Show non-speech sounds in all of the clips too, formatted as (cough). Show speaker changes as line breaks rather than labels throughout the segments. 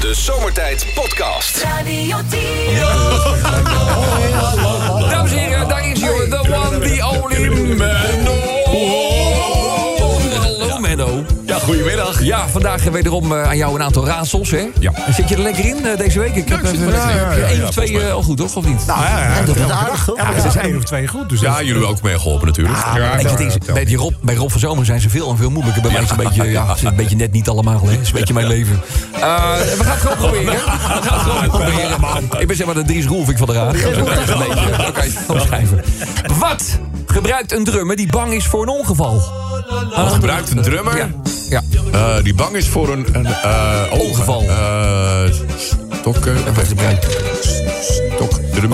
De Zomertijd Podcast.
Radio 10.
Dames en heren, daar is hij, the one, the only Menno. Hallo Menno.
Ja, goedemiddag.
Ja, vandaag wederom eh, aan jou een aantal raadsels, hè?
Ja.
Zit je er lekker in eh, deze week? Ik heb
zit er wel
eh,
lekker in.
heb je
Ja,
één
ja,
of twee
volgens mij.
eh, al goed, toch? Of niet?
Nou ja, ja, dat is aardig.
Ja,
Ah,
maar er zijn er of twee goed. Dus
Ja, jullie hebben ook meegeholpen natuurlijk. Ja,
Weet je, het is- bij, die Rob, bij Rob van Zomer zijn ze veel en veel moeilijker. Bij mij is het een beetje, (laughs) ja, het is een beetje net niet allemaal. Hè. Het is een beetje mijn leven. Eh, we gaan het gewoon proberen. We gaan het gewoon proberen. Ik ben zeg maar de Dries Roelvink van de radio. Dat is een beetje, zo kan je het omschrijven. Wat gebruikt een drummer die bang is voor een ongeval?
Wat gebruikt een drummer
Ja, ja.
eh, die bang is voor een... een eh, oh,
Ongeval.
eh, stokken.
wat gebruikt?
Stok. Drum,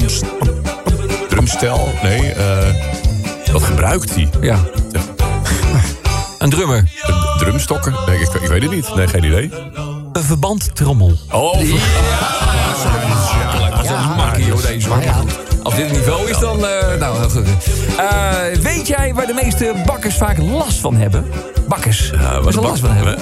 drumstel. Nee. eh wat gebruikt hij?
ja. Een drummer.
Drumstokken? Nee, ik, ik weet het niet. Nee, geen idee.
Een verbandtrommel.
Oh,
Ja, makkie, joh, deze. Maar ja, Als dit het niveau is, dan... eh, nou, heel goed. Eh, weet jij waar de meeste bakkers vaak last van hebben? Bakkers. waar ze last van hebben?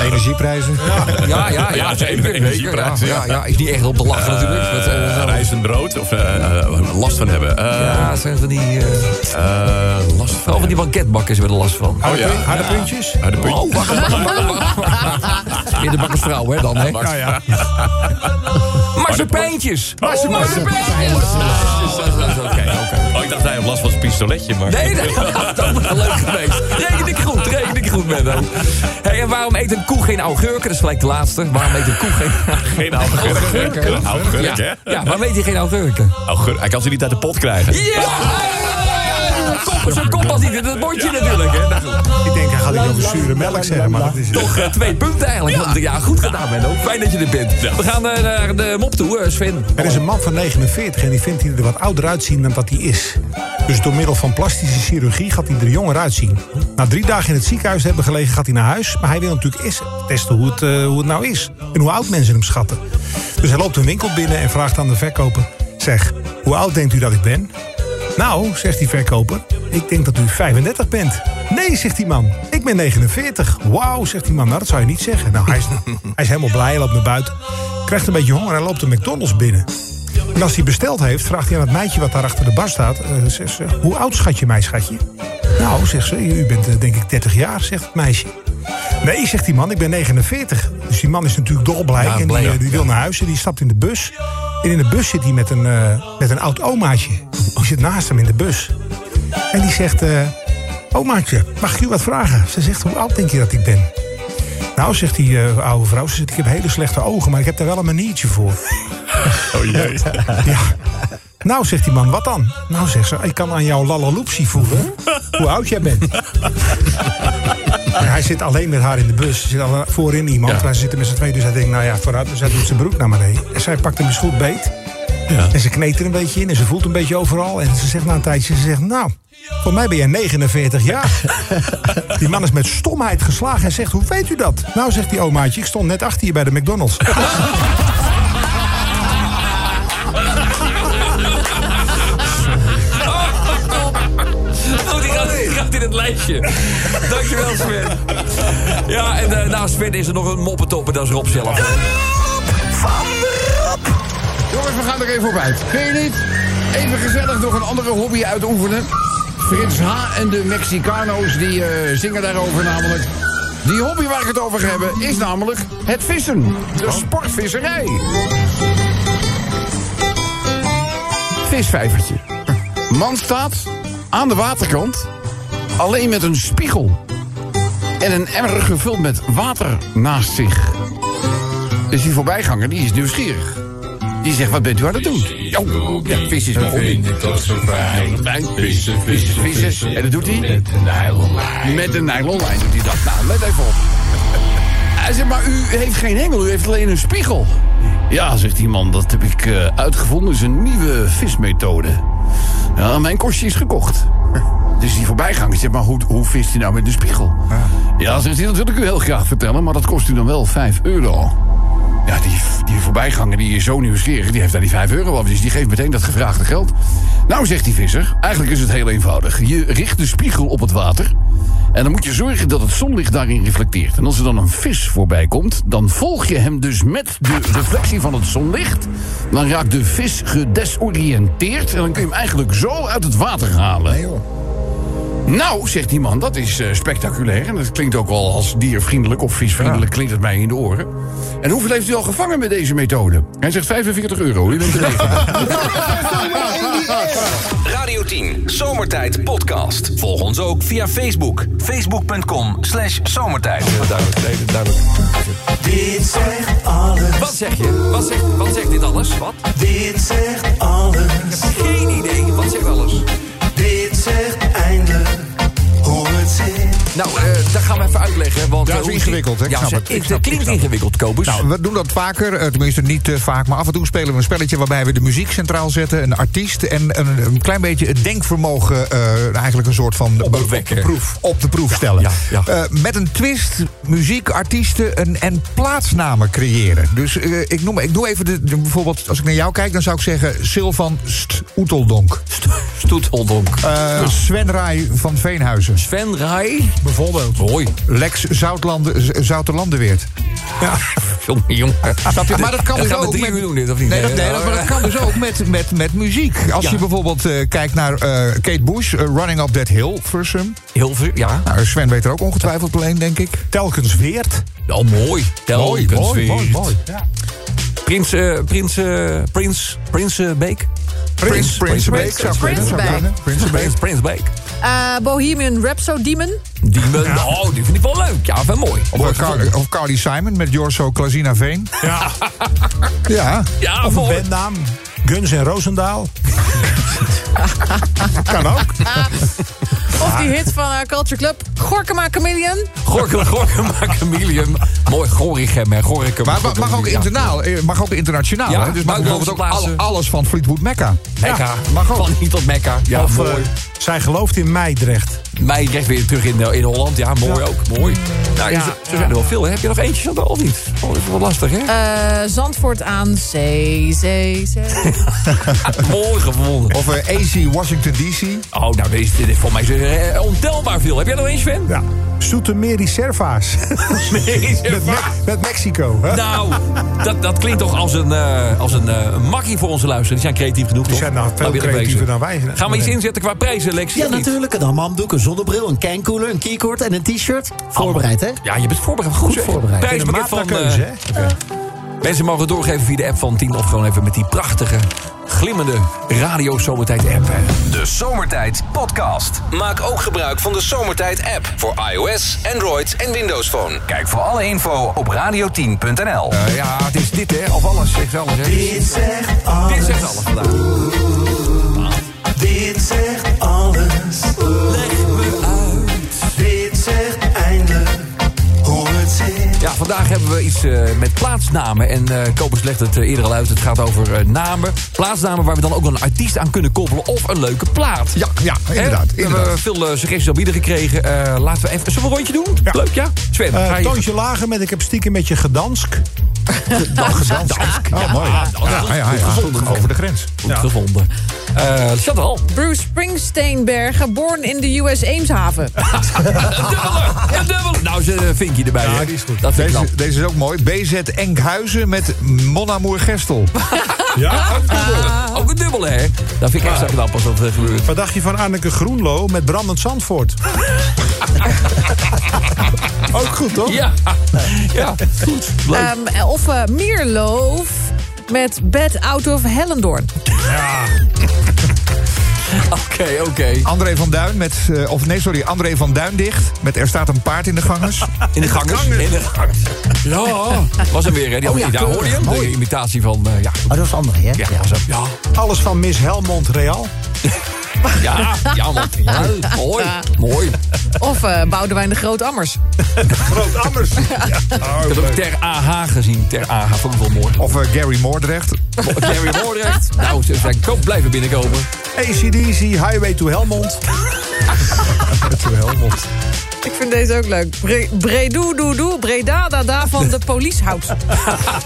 energieprijzen.
Ja, ja, ja.
Ja,
zeker,
zeker,
zeker,
energieprijs,
ja,
ja.
ja, ja, is niet echt op de lach natuurlijk. Dat, eh,
eh,
dat-
rijzend brood. Of eh, eh, last van hebben. Eh,
ja, het zijn van die... eh,
eh, last van
vooral van die banketbakkers hebben er last van.
Oh ja.
Harde puntjes.
Ah, de puntje.
Oh, bakker, bakker, bakker, bakker. In de bakkersvrouw, hè, dan, hè.
Ja, ja.
Marsepijntjes. Oh,
Marsepeintjes.
marsepeintjes. Oh, dat is- dat is Oké, oké.
Oh, ik dacht hij had last van zijn pistoletje, maar...
Nee, (laughs) nee, dat was leuk geweest. Reken ik goed, reken ik goed, Menno. Hey, en waarom eet een koe geen augurken? Dat is gelijk de laatste. Waarom eet een koe geen
Geen augurk. Augurk, hè?
Ja, ja waarom eet hij geen augurken?
Augurk. Hij kan ze niet uit de pot krijgen.
Ja! Kop, zo'n kop als niet in het bordje natuurlijk, hè. Nou, goed.
Ik denk, hij gaat iets over zure melk zeggen, maar dat is het.
Toch eh, twee punten eigenlijk. Want, Ja, goed gedaan, Menno. Fijn dat je er bent. We gaan eh, naar de mop toe, eh, (laughs) Sven.
Er is een man van 49 en die vindt hij er wat ouder uitzien dan dat hij is. Dus door middel van plastische chirurgie gaat hij er jonger uitzien. Na drie dagen in het ziekenhuis te hebben gelegen gaat hij naar huis. Maar hij wil natuurlijk eerst testen hoe het, eh, hoe het nou is. En hoe oud mensen hem schatten. Dus hij loopt een winkel binnen en vraagt aan de verkoper... Zeg, hoe oud denkt u dat ik ben? Nou, zegt die verkoper, ik denk dat u 35 bent. Nee, zegt die man, ik ben 49. Wauw, zegt die man, nou dat zou je niet zeggen. Nou, hij is, hij is helemaal blij, hij loopt naar buiten. Krijgt een beetje honger en loopt de McDonald's binnen. En als hij besteld heeft, vraagt hij aan het meidje wat daar achter de bar staat... eh, zegt ze, hoe oud schat je mij, schatje? Nou, zegt ze, u bent eh, denk ik 30 jaar, zegt het meisje. Nee, zegt die man, ik ben 49. Dus die man is natuurlijk dolblij
Ja,
en die,
blij,
eh,
ja.
die wil naar huis en die stapt in de bus. En in de bus zit hij met een, eh, met een oud omaatje. Die zit naast hem in de bus. En die zegt, eh omaatje, mag ik u wat vragen? Ze zegt, hoe oud denk je dat ik ben? Nou, zegt die eh, oude vrouw, ze zegt, ik heb hele slechte ogen... maar ik heb daar wel een maniertje voor.
Oh jee.
Ja. Nou, zegt die man, wat dan? Nou, zegt ze, ik kan aan jouw lalaloopsie voelen hoe oud jij bent. En hij zit alleen met haar in de bus. Er zit al voorin iemand.
Ja.
Wij zitten met z'n twee, dus hij denkt, nou ja, vooruit. Dus hij doet zijn broek naar beneden. En zij pakt hem eens goed beet.
Ja.
En ze kneedt er een beetje in en ze voelt een beetje overal. En ze zegt na een tijdje, ze zegt, nou, voor mij ben jij 49 jaar. Die man is met stomheid geslagen en zegt, hoe weet u dat? Nou, zegt die omaatje, ik stond net achter je bij de McDonald's.
Oh, die gaat, die gaat in het lijstje. Dankjewel, Sven. Ja, en eh naast Sven is er nog een moppetopper, dat is Rob zelf.
Jongens, we gaan er even op uit. Vind je niet? Even gezellig nog een andere hobby uitoefenen. Frits H. en de Mexicano's die eh, zingen daarover namelijk. Die hobby waar ik het over ga hebben is namelijk het vissen. De sportvisserij. Visvijvertje. Man staat aan de waterkant alleen met een spiegel. En een emmer gevuld met water naast zich. Dus die voorbijganger die is nieuwsgierig. Die zegt, wat bent u aan het doen? Oh, ja, vis is mijn hobby. Vissen, vissen, vissen. En dat doet hij? Met een nylonlijn doet hij dat. Nou, let even op. (laughs) Hij zegt, maar u heeft geen hengel, u heeft alleen een spiegel. Ja, zegt die man, dat heb ik eh, uitgevonden. is een nieuwe vismethode. Ja, mijn kostje is gekocht. (laughs) Dus die voorbijganger zegt, maar hoe, hoe vist hij nou met een spiegel? Ja, zegt hij, dat wil ik u heel graag vertellen, maar dat kost u dan wel 5 euro. Ja, die, die voorbijganger die is zo nieuwsgierig, die heeft daar die 5 euro op. Dus die geeft meteen dat gevraagde geld. Nou, zegt die visser, eigenlijk is het heel eenvoudig. Je richt de spiegel op het water En dan moet je zorgen dat het zonlicht daarin reflecteert. En als er dan een vis voorbij komt, dan volg je hem dus met de reflectie van het zonlicht. Dan raakt de vis gedesoriënteerd en dan kun je hem eigenlijk zo uit het water halen. Nou, zegt die man, dat is eh, spectaculair. En dat klinkt ook al als diervriendelijk of visvriendelijk, klinkt het mij in de oren. En hoeveel heeft u al gevangen met deze methode? Hij zegt 45 euro, u bent er
Radio 10, Zomertijd Podcast. Volg ons ook via Facebook. Facebook.com slash zomertijd.
Duidelijk, nee, duidelijk.
Dit zegt alles,
Wat zeg je? Wat zegt, wat zegt dit alles? Wat?
dit zegt alles,
Geen idee. Wat zegt alles?
dit zegt eindelijk hoe het zit.
Nou, eh dat gaan we even uitleggen. Want,
Dat
eh,
is
hoe-
ingewikkeld, hè? Ik
Ja,
snap
zeg,
het, ik
het
snap het, ik
klinkt
snap het.
ingewikkeld, Kobus.
Nou, we doen dat vaker, eh, tenminste niet te vaak, maar af en toe spelen we een spelletje waarbij we de muziek centraal zetten, een artiest en een, een klein beetje het denkvermogen eh, eigenlijk een soort van
de
be-
wekker.
proef, op de proef stellen.
ja, ja.
Eh, met een twist muziek, artiesten en, en plaatsnamen creëren. Dus eh, ik, noem, ik doe even de, de- bijvoorbeeld, als ik naar jou kijk, dan zou ik zeggen Silvan St Oeteldonk.
Stoetholdonk.
Eh, Sven Rai van Veenhuizen.
Sven Rai.
Bijvoorbeeld.
Hoi.
Lex Zoutlande, Z- Zouterlandeweert.
Jongen, jongen.
Snap je? Maar dat kan
Dat
dus
gaan we
ook
drie
met-
uur doen, dit, of niet? Eh,
Nee, dat, nee, dat- maar dat kan dus ook met, met, met muziek. Als
Ja.
je bijvoorbeeld eh, kijkt naar eh, Kate Bush, eh, Running Up That Hill, Versum.
Heel veel, ja.
Nou, Sven weet er ook ongetwijfeld alleen, denk ik.
Telkens Weert.
Oh, mooi. Telkens weer.
mooi, mooi, mooi. Ja.
Prins, eh Prins, eh Prins, Prins eh, Beek.
Prins, Prins Beek. zou kunnen,
Prins
zou
Beek.
kunnen. Prins Beek.
Prins, Prins Beek.
Eh, Bohemian Rhapsody Demon.
Die me, Oh, die vind ik wel leuk. Ja, wel mooi.
Of, Carly, of Carly Simon met Jorso Klazina Veen. Ja. ja,
Ja,
Of een
mooi.
bandnaam. Guns en Roosendaal. kan ook.
Of
Ah.
die hit van eh, Culture Club. Gorkema Chameleon.
Gorkum, Gorkum, maar Chameleon. Mooi, Gorichem en Gorichem.
maar ma- mag ook,
Ja.
internaal, eh, mag ook internationaal.
Ja,
hè? Dus
maar
mag
ook
bijvoorbeeld ook
plaatsen.
al- alles van Fleetwood Mecca.
Mekka.
mag ook.
Van niet tot Mekka. Ja,
of
mooi.
eh, zij gelooft in Meidrecht.
Mij recht weer terug in, eh, in Holland. Ja, mooi ook. Mooi. Nou,
Ja.
zo, zo zijn er wel veel. hè. Heb je nog eentje dan al niet? Oh, dat is wel lastig, hè?
Eh, Zandvoort aan zee, zee,
(laughs)
zee.
mooi gevonden.
Of eh, AC Washington DC.
Oh, nou, deze, dit is voor mij zo, eh, ontelbaar veel. Heb jij nog eens, Sven? (laughs)
Ja. Soetemeri
(laughs)
Serva's.
Nee, zeg
met,
maar.
Me- met Mexico. hè?
Nou, dat, dat klinkt toch als een, eh als een eh, makkie voor onze luisteraars. Die zijn creatief genoeg, Die
zijn nou veel creatiever dan wij.
Gaan we iets inzetten qua prijzen, Lexi?
Ja,
of niet?
natuurlijk. Een hamamdoek, een zonnebril, een kenkoeler, een keycord en een t-shirt. Voorbereid, hè?
Ja, je bent voorbereid. Goed, zeg.
voorbereid.
Prijspakket
Maat naar
van...
keuze,
eh,
hè?
mensen mogen doorgeven via de app van 10... of gewoon even met die prachtige, glimmende Radio Zomertijd app. hè.
De Zomertijd Podcast. Maak ook gebruik van de Zomertijd app voor iOS, Android en Windows Phone. Kijk voor alle info op radio10.nl.
Eh, ja, het is dit, hè. Of alles, zegt alles, hè.
Dit zegt alles,
Dit zegt alles vandaag.
dit zegt alles.
Leg me uit.
Dit zegt eindelijk hoe het zit.
Ja, vandaag hebben we iets eh, met plaatsnamen. En eh Kobus legt het eh, eerder al uit. Het gaat over eh, namen. Plaatsnamen waar we dan ook een artiest aan kunnen koppelen. Of een leuke plaat.
Ja, ja, inderdaad,
Hè? We hebben
inderdaad.
veel eh, suggesties al bieden gekregen. Eh, laten we even... Zullen we een rondje doen? Leuk, ja? Sven,
Eh,
ga je...
toontje lager met ik heb stiekem met je gedansk.
Oh, mooi. Ja, ja, ja. Over de grens.
Goed gevonden. Eh Chantal.
(laughs)
al.
Bruce Springsteenbergen, born in de US Eemshaven.
Een dubbele. Een dubbele. Nou, ze eh, vinkje erbij. hè.
die is goed.
Dat vind ik
Deze,
knap.
deze is ook mooi. BZ Enkhuizen met Mon Amour Gestel.
Ja.
Ook een dubbele, hè? Dat vind ik
Ah.
extra knap als dat eh, gebeurt.
Wat dacht je van Anneke Groenlo
Oh,
met Brandend Zandvoort? Ook goed,
Oh.
toch?
Ja. Ja. Goed. Leuk.
Ehm, of eh, Mierloof met Bed Out of Hellendoorn.
Oké, oké.
André van Duin met... eh, of nee, sorry. André van Duin dicht met Er staat een paard in de gangers.
In de gangers. In de gangers. Ja. (laughs) Was hem weer, hè? Die dus. Oh, ja, hoorde je hem? De imitatie van... eh, ja,
Oh, dat is André, hè?
ja, was hem. Ja.
Alles van Miss Helmond Real.
(laughs) Ja. Ja, man. Ja, Oh, mooi. Mooi.
Of eh Boudewijn de Groot Ammers.
Groot Anders.
Ik heb ook Ter AH gezien. Ter AH. Vond ik wel mooi.
Of eh, Gary Moordrecht.
(laughs) Terry Moordrecht. Nou, ze zijn kom blijven binnenkomen.
ACDC, Highway to Helmond.
Ik vind deze ook leuk. Bre bredoe, doe, doe, breda, da, da van
(laughs)
de policehout.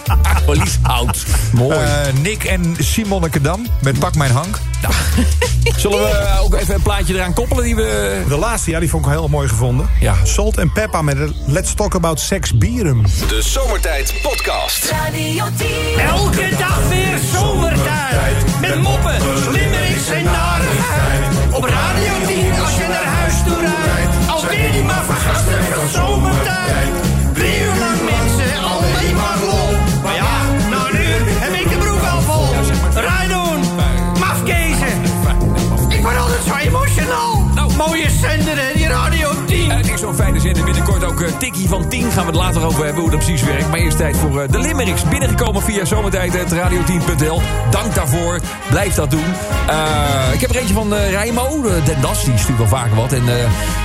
Ah, Policehout.
Mooi.
Eh,
Eh, Nick en Simonnekedam met Pak Mijn Hank.
Zullen we eh, ook even een plaatje eraan koppelen die we...
De laatste, ja, die vond ik wel heel mooi gevonden.
Ja.
Salt en Peppa met het Let's Talk About Sex Bierum.
De Zomertijd Podcast.
Elke dag weer zomertijd. Met moppen, limericks en narigheid. Op Radio 10 als je naar huis toe rijdt. Alweer die maar vergastige zomertijd. Drie uur lang mensen, alleen maar lol. Maar ja, na een uur heb ik de broek al vol. Rijdoen, mafkezen. Ik word altijd zo emotional. Mooie zender hè, die Radio 10.
Het is zo'n fijne zender. Binnenkort ook eh, Tikkie van 10 gaan we het later over hebben hoe dat precies werkt. Maar eerst tijd voor eh, de Limericks. Binnengekomen via eh, zomertijd.radio10.nl. Dank daarvoor. Blijf dat doen. Eh, ik heb er eentje van eh Rijmo. eh, Den Das, die stuurt wel vaker wat. En, eh,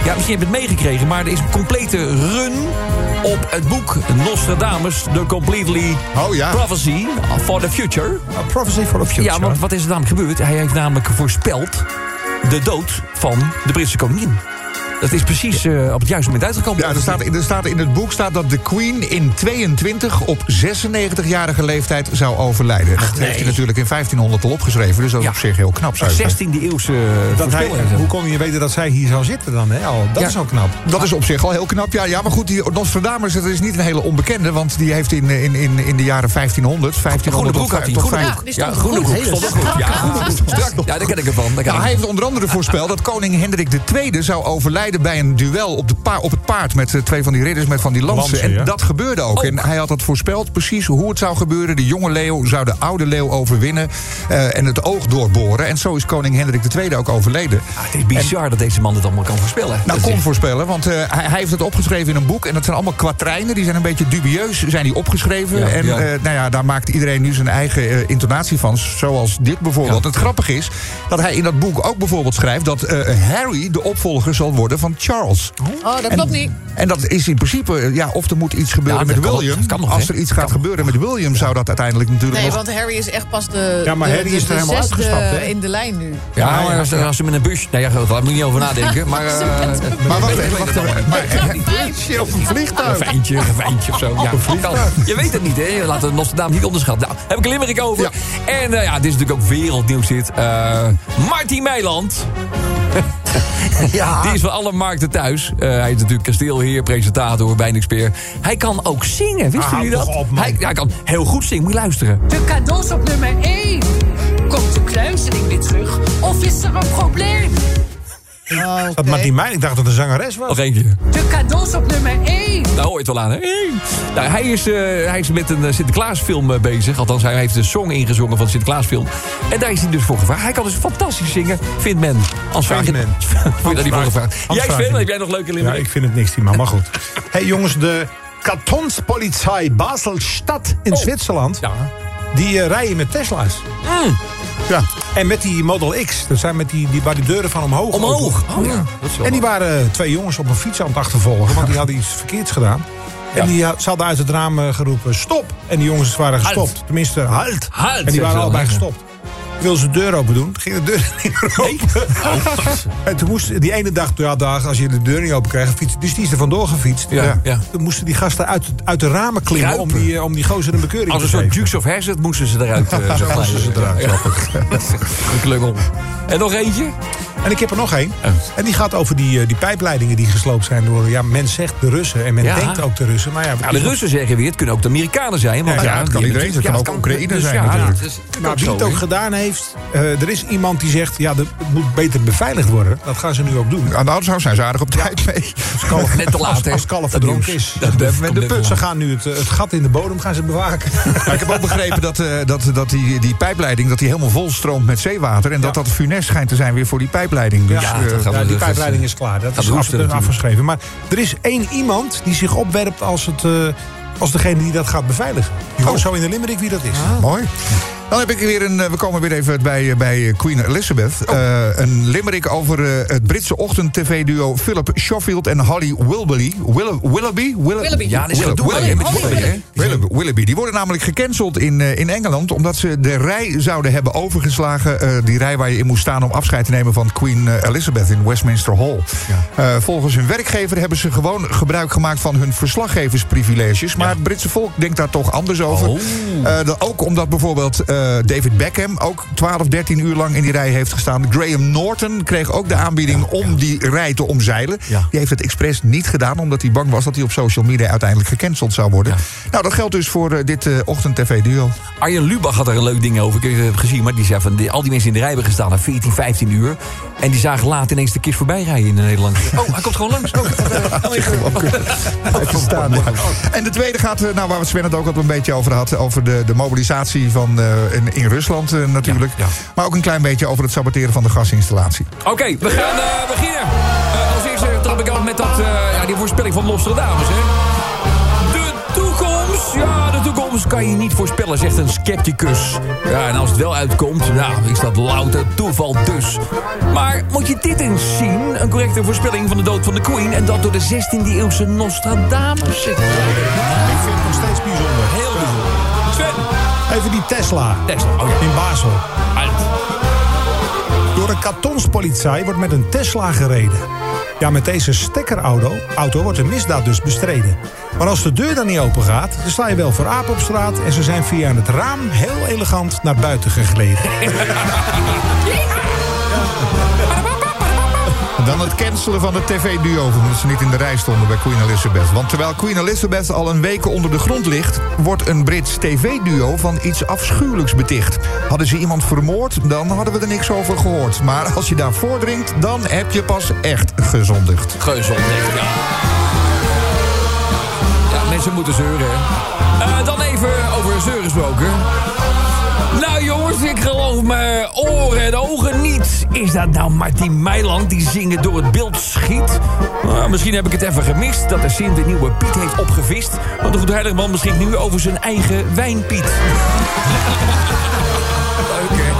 ja, misschien heb je het meegekregen, maar er is een complete run op het boek Nostradamus. The Completely
Oh, ja.
Prophecy for the Future.
A Prophecy for the Future.
Ja, want wat is er namelijk gebeurd? Hij heeft namelijk voorspeld de dood van de Britse koningin. Dat is precies eh, op het juiste moment uitgekomen.
Ja, er staat, in- er staat in het boek staat dat de Queen in 22 op 96-jarige leeftijd zou overlijden. Dat heeft hij natuurlijk in 1500 al opgeschreven, dus dat is
Ja.
op zich heel knap. Zou
Een
ik zeggen.
16e eeuwse eh,
dat
eh,
hij,
voorspelling.
hoe kon je weten dat zij hier zou zitten dan? Hè? Al, dat
Ja.
is al knap.
Dat is op zich al heel knap. Ja, ja maar goed, die Nostradamus dat is niet een hele onbekende. Want die heeft in, in, in, in de jaren 1500... 1500
Groene
tot
broek had hij.
tot
Groene
vijf-
broek.
die
Ja,
stond er
groene
goed.
broek.
Hele
Stond er goed. Ja, ja, daar ken ik het van. Daar ken
Nou,
ik
hij
het.
heeft onder andere voorspeld dat koning Hendrik II zou overlijden bij een duel op, de pa- op het paard met eh, twee van die ridders met van die lansen.
Lansen,
en
ja.
dat gebeurde ook. En hij had dat voorspeld precies hoe het zou gebeuren. De jonge leeuw zou de oude leeuw overwinnen eh, en het oog doorboren. En zo is koning Hendrik II ook overleden.
Ah, het is bizar dat deze man het allemaal kan voorspellen.
Nou,
Dat is
kon voorspellen, want eh, hij, hij heeft het opgeschreven in een boek. En dat zijn allemaal kwatrijnen, die zijn een beetje dubieus zijn die opgeschreven.
Ja,
en
ja.
eh, nou ja, daar maakt iedereen nu zijn eigen eh, intonatie van. Zoals dit bijvoorbeeld. Het grappige is dat hij in dat boek ook bijvoorbeeld schrijft... dat eh, Harry de opvolger zal worden van Charles.
Oh, dat klopt niet.
En dat is in principe, eh, ja, of er moet iets gebeuren
Ja,
met
dat kan nog,
William.
dat kan nog,
Als
hè?
er iets gaat gebeuren met William, zou dat uiteindelijk natuurlijk
Nee,
nog...
want Harry is echt pas de,
Ja, maar
de,
Harry
de-
is er
de
helemaal
zesde
uitgestapt, hè?
in de lijn nu.
Ja, maar als, als ze met een bus... Nou ja, goed, daar moet je niet over
(laughs)
nadenken. Maar, eh
Maar wacht even, wacht even. Maar, (laughs)
Fijn.
op een
een
Oh.
vliegtuig.
fijntje, een fijntje of zo. Ja, kan. Je weet het niet, hè? Laat de Nostradamus niet onderschatten. Nou, heb ik een limerick over. En eh, ja, dit is natuurlijk ook wereldnieuws dit. Eh Martin
(laughs)
Meiland.
Ja.
Die is van alle markten thuis. Eh, hij is natuurlijk kasteelheer, presentator, wijnexpert. Hij kan ook zingen, wisten
Ah,
jullie dat?
hou toch op, man.
hij, hij kan heel goed zingen, moet je luisteren.
De cadeaus op nummer 1. Komt de kluizeling weer terug? Of is er een probleem?
Dat Martien Mijn, ik dacht dat het een zangeres was.
Nog eentje.
De cadeaus op nummer 1.
Daar hoor je het wel aan, hè? Hey. Nou, hij, is, eh, hij is met een eh, Sinterklaasfilm eh, bezig. Althans, hij heeft een song ingezongen van de Sinterklaasfilm. En daar is hij dus voor gevraagd. Hij kan dus fantastisch zingen, vindt men. Als vraag je-
Vindt
(laughs)
men.
Vond je daar niet voor
Vraag-
gevraagd?
Hans
Jij,
vraagt
Sven,
het.
heb jij nog leuke
Ja,
limmericks?
ik vind het niks, die man, maar goed. hey, jongens, de Kantonspolizei Baselstad in
Oh.
Zwitserland...
Ja.
die eh, rijden met Tesla's. Ja. En met die Model X, dat zijn met die, die, waar die deuren van omhoog
Omhoog.
open-
Oh, ja. Dat is wel
En die waren eh, twee jongens op een fiets aan het achtervolgen...
(laughs)
want die hadden iets verkeerds gedaan. En die had- ze hadden uit het raam eh, geroepen, stop! En die jongens waren
Halt.
gestopt. Tenminste, halt!
Halt,
en die
zeggen ze
waren allebei
dan, ja.
gestopt. Ik wilde ze de deur open doen, ging de deur (laughs) niet meer open. (laughs) En toen moest die ene dag, ja, dag, als je de deur niet open krijgt, fietsen. Dus die is er vandoor gefietst.
Ja, ja.
Toen moesten die gasten uit, uit de ramen klimmen om
Kruipen.
die, eh, om die gozer een bekeuring
(laughs) Als
te
een soort
geven.
Dukes of Hazzard moesten ze eruit. eh, zo
(laughs) moesten ze eruit,
Ja. (laughs) Een klungel. En nog eentje?
En ik heb er nog één.
Oh.
En die gaat over die, eh, die pijpleidingen die gesloopt zijn door. Ja, men zegt de Russen en men
Ja.
denkt ook de Russen. Maar ja,
Ja, de Russen zeggen weer, het kunnen ook de Amerikanen zijn. Want,
Ja, ja,
het kan
die-
iedereen zijn. Het
ja, dus
kan ook Oekraïne zijn
ja,
natuurlijk.
dat is- dat is
Maar
ook
Nou, wie
zo,
het ook
hè.
gedaan heeft, eh, er is iemand die zegt, ja, de- het moet beter beveiligd worden. Dat gaan ze nu ook doen.
Aan de auto's zijn ze aardig op tijd mee.
Net te laat,
Als,
hè?
als kalf
Dat
verdronken
nieuws.
is.
Dat- dat
De,
komt
de
net
put,
te
ze
laat.
gaan nu het, eh, het gat in de bodem gaan ze
(laughs)
bewaken.
Maar ik heb ook begrepen dat, eh, dat, dat die, die pijpleiding dat die helemaal vol stroomt met zeewater. En dat dat funest schijnt te zijn weer voor die pijpleiding. Dus,
Ja,
eh,
dat gaat-
ja,
we-
die
dat
pijpleiding
is,
is klaar. Dat
gaat
is
roesten
af, dat is
natuurlijk.
afgeschreven. Maar er is één iemand die zich
Oh. Ah.
opwerpt als, het, eh, als degene die dat gaat beveiligen. Je hoort zo in de Limerick wie dat is.
Mooi. Dan heb ik weer een. eh, We komen weer even bij, eh, bij Queen Elizabeth. Eh, een limerick over eh, het Britse ochtend-tv-duo Philip Schofield en Holly Willoughby. Wille- Willoughby? Wille-
Willoughby.
Ja, dat is
Willoughby.
dat doen we, hè, met die
Holly
twee, hè? Willoughby. Willoughby. Die worden namelijk gecanceld in, eh, in Engeland. omdat ze de rij zouden hebben overgeslagen. eh, die rij waar je in moest staan om afscheid te nemen van Queen eh, Elizabeth in Westminster Hall. Eh, volgens hun werkgever hebben ze gewoon gebruik gemaakt van hun verslaggeversprivileges. Maar het Britse volk denkt daar toch anders over. Eh, dat ook omdat bijvoorbeeld eh, David Beckham ook 12, 13 uur lang in die rij heeft gestaan. Graham Norton kreeg ook de aanbieding om die rij te omzeilen.
Ja.
Die heeft het expres niet gedaan, omdat hij bang was dat hij op social media uiteindelijk gecanceld zou worden. Nou, dat geldt dus voor eh, dit eh, ochtend-tv-duo.
Arjen Lubach had daar een leuk ding over. Ik heb het gezien, maar die zei van die- al die mensen in de rij hebben gestaan aan 14, 15 uur. En die zagen laat ineens de kist voorbij rijden in Nederland. Oh, hij komt gewoon (laughs) langs. Oh,
Even staan. ja. (laughs) En de tweede gaat, eh, nou, waar Sven het ook al een beetje over had... over de, de mobilisatie van, eh, in, in Rusland eh, natuurlijk.
Ja, ja.
Maar ook een klein beetje over het saboteren van de gasinstallatie.
Oké, we gaan eh, beginnen. Eh, als eerste trap ik af met dat, eh, ja, die voorspelling van Nostradamus. Hè? De toekomst, ja, de toekomst kan je niet voorspellen, zegt een scepticus. Ja, en als het wel uitkomt, nou, is dat louter toeval dus. Maar moet je dit eens zien? Een correcte voorspelling van de dood van de queen... en dat door de 16e-eeuwse Nostradamus. Heel
Ik vind het nog steeds bijzonder.
bijzonder. Sven,
Even die Tesla
Tesla, oh ja.
in Basel.
Uit.
Door een kantonspolitie wordt met een Tesla gereden. Ja, met deze stekkerauto auto wordt een misdaad dus bestreden. Maar als de deur dan niet open gaat, dan sta je wel voor aap op straat... en ze zijn via het raam heel elegant naar buiten gegleden.
Dan het cancelen van het tv-duo, omdat ze niet in de rij stonden bij Queen Elizabeth. Want terwijl Queen Elizabeth al een week onder de grond ligt... wordt een Brits tv-duo van iets afschuwelijks beticht. Hadden ze iemand vermoord, dan hadden we er niks over gehoord. Maar als je daar voordringt, dan heb je pas echt gezondigd.
gezondheid. Ja. ja, mensen moeten zeuren. hè. Eh, dan even over zeuren gesproken. Nou jongens, ik geloof mijn oren en ogen niet. Is dat nou Martin Meiland die zingen door het beeld schiet? Nou, misschien heb ik het even gemist dat de Sint de nieuwe Piet heeft opgevist. Want de Goedheilige Man beschikt nu over zijn eigen wijnpiet. Leuk hè?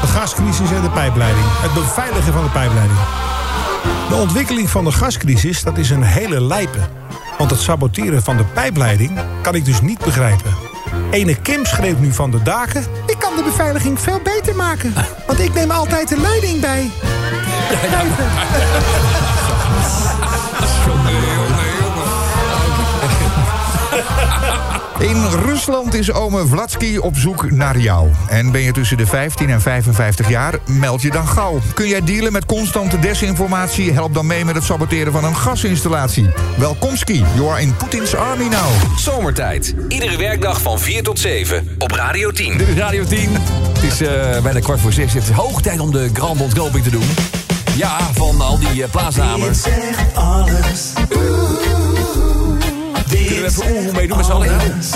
De gascrisis en de pijpleiding. Het beveiligen van de pijpleiding. De ontwikkeling van de gascrisis, dat is een hele lijpe. Want het saboteren van de pijpleiding kan ik dus niet begrijpen. Ene Kim schreef nu van de daken... Ik kan de beveiliging veel beter maken. Want ik neem altijd de leiding bij.
In Rusland is ome Vlatsky op zoek naar jou. En ben je tussen de 15 en 55 jaar, meld je dan gauw. Kun jij dealen met constante desinformatie? Help dan mee met het saboteren van een gasinstallatie. Welkomski, you are in Putin's army now.
Nou,
Zomertijd. Iedere werkdag van 4 tot 7 op Radio 10.
Dit is Radio 10. Het is eh, bijna kwart voor zes. Het is hoog tijd om de Grand Ontknoping te doen. Ja, van al die eh, plaatsnamen.
Dit
Kunnen
zegt alles.
we
Dit
even oeh
zegt
mee doen met z'n allen?
alles.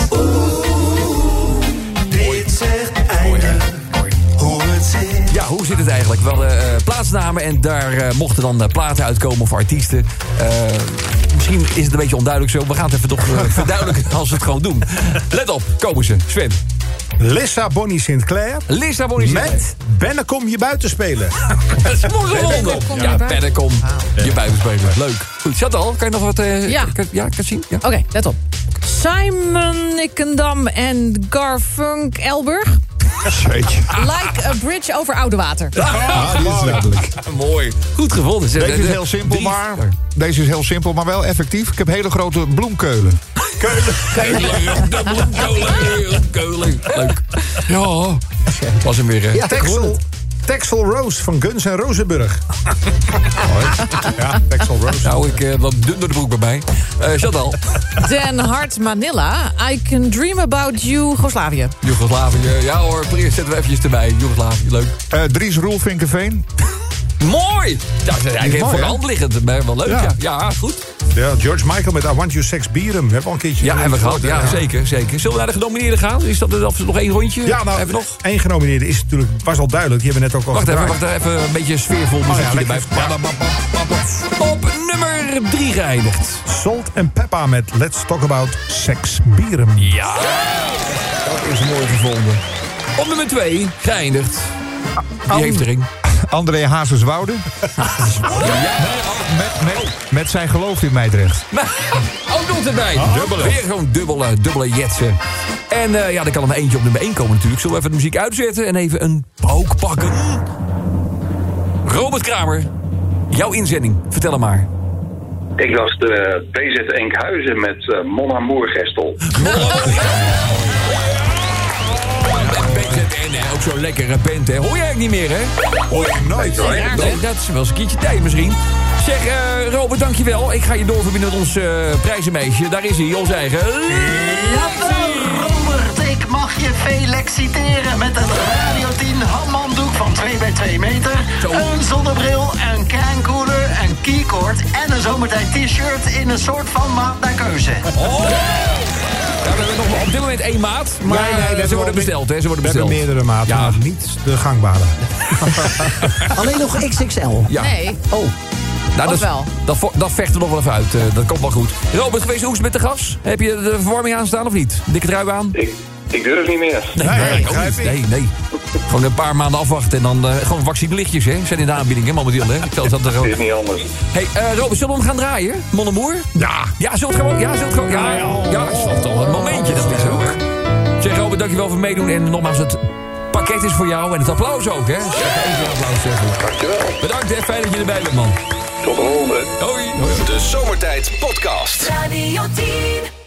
Dit zegt einde. Hoe het zit.
Ja, hoe zit het eigenlijk? We hadden eh, plaatsnamen en daar eh, mochten dan eh, platen uitkomen of artiesten. Eh, misschien is het een beetje onduidelijk zo. We gaan het even
(laughs)
toch eh, verduidelijken als we het gewoon doen. Let op, komen ze. Sven,
Lissa Bonnie Sinclair...
Lissabon is (laughs)
Met Bennekom je buiten spelen.
Dat is morgenronde.
Kom
Ja,
erbij.
Pennekom. Je buitenspelen. Leuk. Goed, zat al. Kan je nog wat... eh,
Ja.
Kan, ja, kan je zien? Ja.
Oké, let op. Simon Nickendam en Garfunk Elburg. Like a bridge over oude water.
Ah, dit is duidelijk.
Mooi. Goed gevonden. Ze-
Deze is
de-
heel simpel,
drie-
maar... Deze is heel simpel, maar wel effectief. Ik heb hele grote bloemkeulen.
Keulen, dubbele keulen, keulen. Leuk. Ja. Was hem weer, hè?
Ja, ik hoor
Texel,
het.
Texel Rose van Guns en
(laughs)
Rosenburg. ja, Texel Rose.
Nou, ik eh, wat dun door de broek bij mij. Eh Chantal,
Dan Hart Manila. I can dream about you, Goslavië.
Joegoslavië. Ja hoor, Prius zetten we eventjes erbij. Joegoslavië, leuk.
Eh, Dries Roelvinkenveen.
Mooi! Ja, hij heeft
mooi,
voor de
hè?
hand liggend, maar wel leuk, ja.
Ja.
Ja, goed.
Ja, George Michael met I Want Your Sex Beerem. Hebben we al een keertje.
Ja, hebben we gehad.
gehoord,
Ja,
hè?
zeker, zeker. Zullen we naar de genomineerden gaan? Is dat er of nog één rondje?
Ja, nou,
Even nog?
één genomineerde is natuurlijk, was al duidelijk. Die hebben we net ook al
Wacht even,
gedraaid. Oh
wacht even. Een beetje sfeervol muziekje
lekker.
erbij. Bam, bam, bam, bam, bam. Op nummer drie geëindigd.
Salt en Peppa met Let's Talk About Sex Beerem.
Ja.
Dat is mooi gevonden.
Op nummer 2 geëindigd. Die heeft de ring.
André
(laughs)
Hazeswoude. met, met, met zijn geloof in Meidrecht.
(laughs) Ook nog erbij.
dubbele.
Weer gewoon Ah. dubbele, dubbele jetsen. En eh, ja, er kan er maar eentje op nummer 1 komen natuurlijk. Zullen we even de muziek uitzetten en even een pook pakken? Robert Kramer, jouw inzending. Vertel hem maar.
Ik was de BZ Enkhuizen met eh Monna Moergestel.
BZN, hè? Ook zo'n lekkere band, hè? Hoor je eigenlijk niet meer, hè? Hoor je nooit,
hoor.
Dat is wel eens een keertje tijd misschien. Zeg, eh, Robert, dankjewel. Ik ga je doorverbinden met ons eh, prijzenmeisje. Daar is hij, ons eigen...
Robert, ik mag je feliciteren met het Radio 10 handdoek van 2 bij 2 meter. Een zonnebril, een cancooler, een keycord en een zomertijd t-shirt in een soort van maat naar keuze.
Ja, we hebben nog maar op dit moment één maat, maar
Nee, nee, dat
eh,
hebben
ze
we
worden
al niet.
besteld, hè? Ze worden
We
besteld.
hebben meerdere maten,
Ja.
maar niet de gangbare.
Alleen nog XXL.
Ja.
Nee,
Oh,
Nou, dat,
Of wel?
Dat, vo- dat vechten we nog wel even uit. eh, dat komt wel goed. Robert, geweest hoest met de gas? Heb je de verwarming aanstaan of niet? Dikke trui aan?
Ik, ik durf niet meer.
Nee, nee, ik ook niet. nee, nee. Gewoon een paar maanden afwachten en dan eh, gewoon vaccinlichtjes, hè? Zijn in de aanbieding, hè, momenteel, hè? Ik zal dat er ook.
(laughs) Het is niet anders.
Hey, eh, Robert, zullen we hem gaan draaien? Monnemoer? Ja. Ja, zullen we het gewoon? Ja, zullen we het gewoon? Ja, ja, is dat al een momentje, dat is ook. Zeg, Robert, dankjewel voor het meedoen. En nogmaals, het pakket is voor jou en het applaus ook, hè? Zeg, even een applaus zeggen.
Dankjewel.
Bedankt, hè? Fijn dat je erbij bent, man.
Tot de volgende.
Hoi.
De Zomertijd Podcast.
Radio 10.